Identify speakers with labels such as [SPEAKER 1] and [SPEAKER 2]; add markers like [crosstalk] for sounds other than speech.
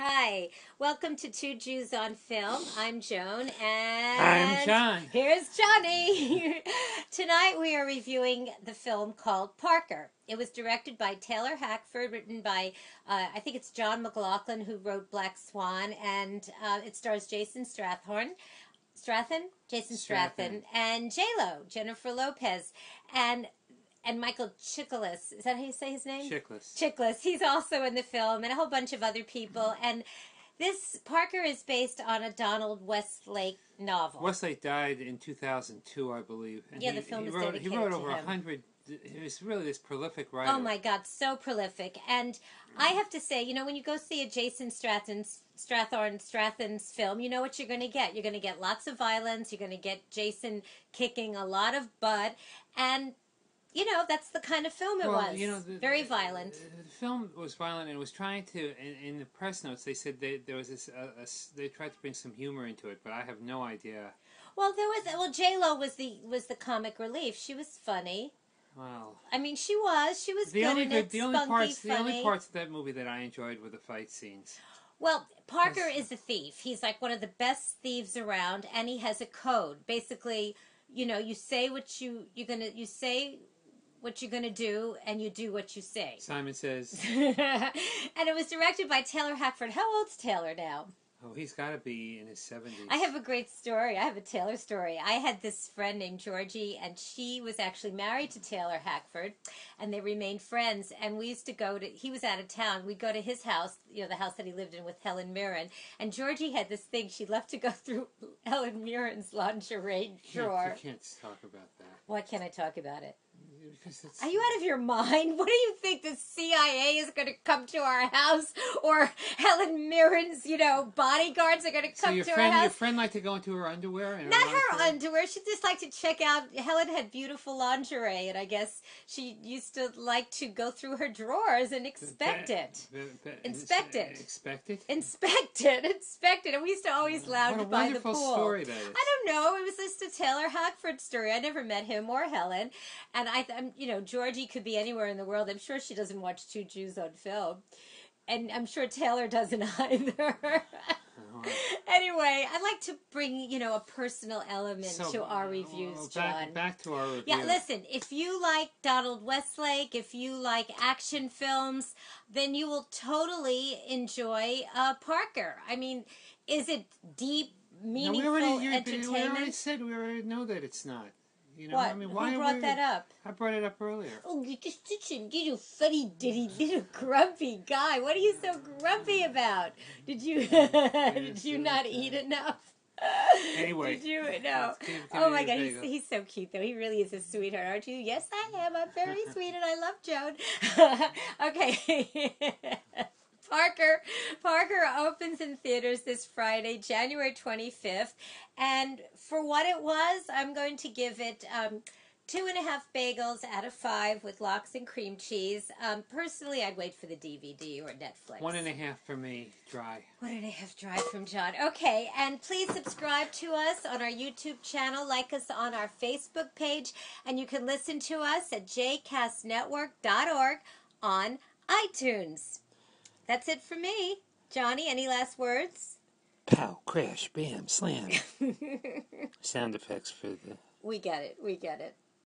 [SPEAKER 1] Hi, welcome to Two Jews on Film. I'm Joan, and
[SPEAKER 2] I'm John.
[SPEAKER 1] Here's Johnny. [laughs] Tonight we are reviewing the film called Parker. It was directed by Taylor Hackford, written by uh, I think it's John McLaughlin who wrote Black Swan, and uh, it stars Jason Strathorn, Strathan, Jason Strathan,
[SPEAKER 2] Strathairn.
[SPEAKER 1] and J Lo, Jennifer Lopez, and and Michael Chiklis. Is that how you say his name?
[SPEAKER 2] Chickless.
[SPEAKER 1] Chiklis. He's also in the film, and a whole bunch of other people.
[SPEAKER 2] Mm-hmm.
[SPEAKER 1] And this Parker is based on a Donald Westlake novel.
[SPEAKER 2] Westlake died in 2002, I believe. And
[SPEAKER 1] Yeah, the film
[SPEAKER 2] he
[SPEAKER 1] is
[SPEAKER 2] wrote,
[SPEAKER 1] dedicated
[SPEAKER 2] He wrote
[SPEAKER 1] to
[SPEAKER 2] over
[SPEAKER 1] him.
[SPEAKER 2] 100. He was really this prolific writer. Mm-hmm.
[SPEAKER 1] Oh my God, so prolific. And I have to say, you know, when you go see a Jason Strathan's, Strathorn Strathan's film, you know what you're going to get. You're going to get lots of violence. You're going to get Jason kicking a lot of butt. And, you know, that's the kind of film it was. Very violent.
[SPEAKER 2] uh, The, the film was violent and was trying to. In, in the press notes, they said they, there was this. Uh, a s they tried to bring some humor into it, but I have no idea.
[SPEAKER 1] Well, there was, well, J-Lo was the, was the comic relief. She was funny.
[SPEAKER 2] Well,
[SPEAKER 1] I mean, she was. She was
[SPEAKER 2] the
[SPEAKER 1] good
[SPEAKER 2] only
[SPEAKER 1] in
[SPEAKER 2] good,
[SPEAKER 1] it,
[SPEAKER 2] the only
[SPEAKER 1] spunky,
[SPEAKER 2] parts,
[SPEAKER 1] funny.
[SPEAKER 2] the only parts of that movie that I enjoyed were the fight scenes.
[SPEAKER 1] Well, Parker
[SPEAKER 2] Yes.
[SPEAKER 1] is a thief. He's like one of the best thieves around, and he has a code. Basically, you know, you say what you you're gonna you say what you're gonna do, and you do what you say. [laughs]
[SPEAKER 2] Simon says,
[SPEAKER 1] and it was directed by Taylor Hackford. How old's Taylor now?
[SPEAKER 2] "Oh, he's got to be in his 70s.
[SPEAKER 1] I have a great story. I have a Taylor story. I had this friend named Georgie, and she was actually married to Taylor Hackford, and they remained friends. And we used to go to, he was out of town. We'd go to his house, you know, the house that he lived in with Helen Mirren. And Georgie had this thing, she loved to go [laughs] through Helen Mirren's lingerie
[SPEAKER 2] Can't-
[SPEAKER 1] drawer.
[SPEAKER 2] You can't talk about that
[SPEAKER 1] Why can't I talk about it?
[SPEAKER 2] because it's.
[SPEAKER 1] Are you out of your mind? [laughs] What do you think the CIA is going to come to our house, or Helen Mirren's, you know, bodyguards are going to
[SPEAKER 2] So
[SPEAKER 1] come
[SPEAKER 2] your
[SPEAKER 1] to
[SPEAKER 2] friend,
[SPEAKER 1] our house?
[SPEAKER 2] your friend liked to go into her underwear and
[SPEAKER 1] Not her
[SPEAKER 2] lingerie?
[SPEAKER 1] underwear. She just liked to check out. Helen had beautiful lingerie, and I guess she used to like to go through her drawers and inspect
[SPEAKER 2] Be-
[SPEAKER 1] it.
[SPEAKER 2] be- be-
[SPEAKER 1] Inspect
[SPEAKER 2] ins-
[SPEAKER 1] it.
[SPEAKER 2] Inspect uh, it.
[SPEAKER 1] Inspect it, [laughs] inspect it. And we used to always lounge
[SPEAKER 2] what a
[SPEAKER 1] by the
[SPEAKER 2] wonderful
[SPEAKER 1] pool.
[SPEAKER 2] story that is.
[SPEAKER 1] I don't know. It was just a Taylor Hackford story. I never met him or Helen, and I, I'm, you know, Georgie could be anywhere in the world. I'm sure she doesn't watch two Jews on film, and I'm sure Taylor doesn't [laughs] either. anyway, I'd like to bring you know a personal element
[SPEAKER 2] So,
[SPEAKER 1] to our
[SPEAKER 2] well,
[SPEAKER 1] reviews,
[SPEAKER 2] back,
[SPEAKER 1] John.
[SPEAKER 2] Back to our review.
[SPEAKER 1] Yeah, listen, if you like Donald Westlake, if you like action films, then you will totally enjoy uh, Parker. I mean, is it deep,
[SPEAKER 2] Now, we
[SPEAKER 1] meaningful
[SPEAKER 2] already, you- we already
[SPEAKER 1] entertainment?
[SPEAKER 2] said we already know that it's not. You know,
[SPEAKER 1] what?
[SPEAKER 2] I mean, why
[SPEAKER 1] Who
[SPEAKER 2] are
[SPEAKER 1] brought
[SPEAKER 2] we-
[SPEAKER 1] that up?
[SPEAKER 2] I brought it up earlier.
[SPEAKER 1] Oh, you're just such a little funny, ditty, little grumpy guy. What are you so grumpy about? Did you [laughs] did you
[SPEAKER 2] yes,
[SPEAKER 1] not
[SPEAKER 2] yes.
[SPEAKER 1] eat enough? [laughs]
[SPEAKER 2] Anyway,
[SPEAKER 1] did you no?
[SPEAKER 2] let's keep-
[SPEAKER 1] Oh
[SPEAKER 2] keep
[SPEAKER 1] my
[SPEAKER 2] it
[SPEAKER 1] God,
[SPEAKER 2] there
[SPEAKER 1] he's,
[SPEAKER 2] you go.
[SPEAKER 1] he's so cute though. He really is a sweetheart, aren't you? Yes, I am. I'm
[SPEAKER 2] [laughs]
[SPEAKER 1] very sweet, and I love Joan. [laughs] okay. Parker, Parker opens in theaters this Friday, January 25th, and for what it was, I'm going to give it um, two and a half bagels out of five with lox and cream cheese. Um, personally, I'd wait for the DVD or Netflix.
[SPEAKER 2] One and a half for me, dry.
[SPEAKER 1] What did I have drive from John? Okay, and please subscribe to us on our YouTube channel, like us on our Facebook page, and you can listen to us at jcastnetwork.org on iTunes. That's it for me. Johnny, any last words?
[SPEAKER 2] Pow,
[SPEAKER 1] [laughs]
[SPEAKER 2] crash, bam, slam. Sound effects for the
[SPEAKER 1] We get it. We get it.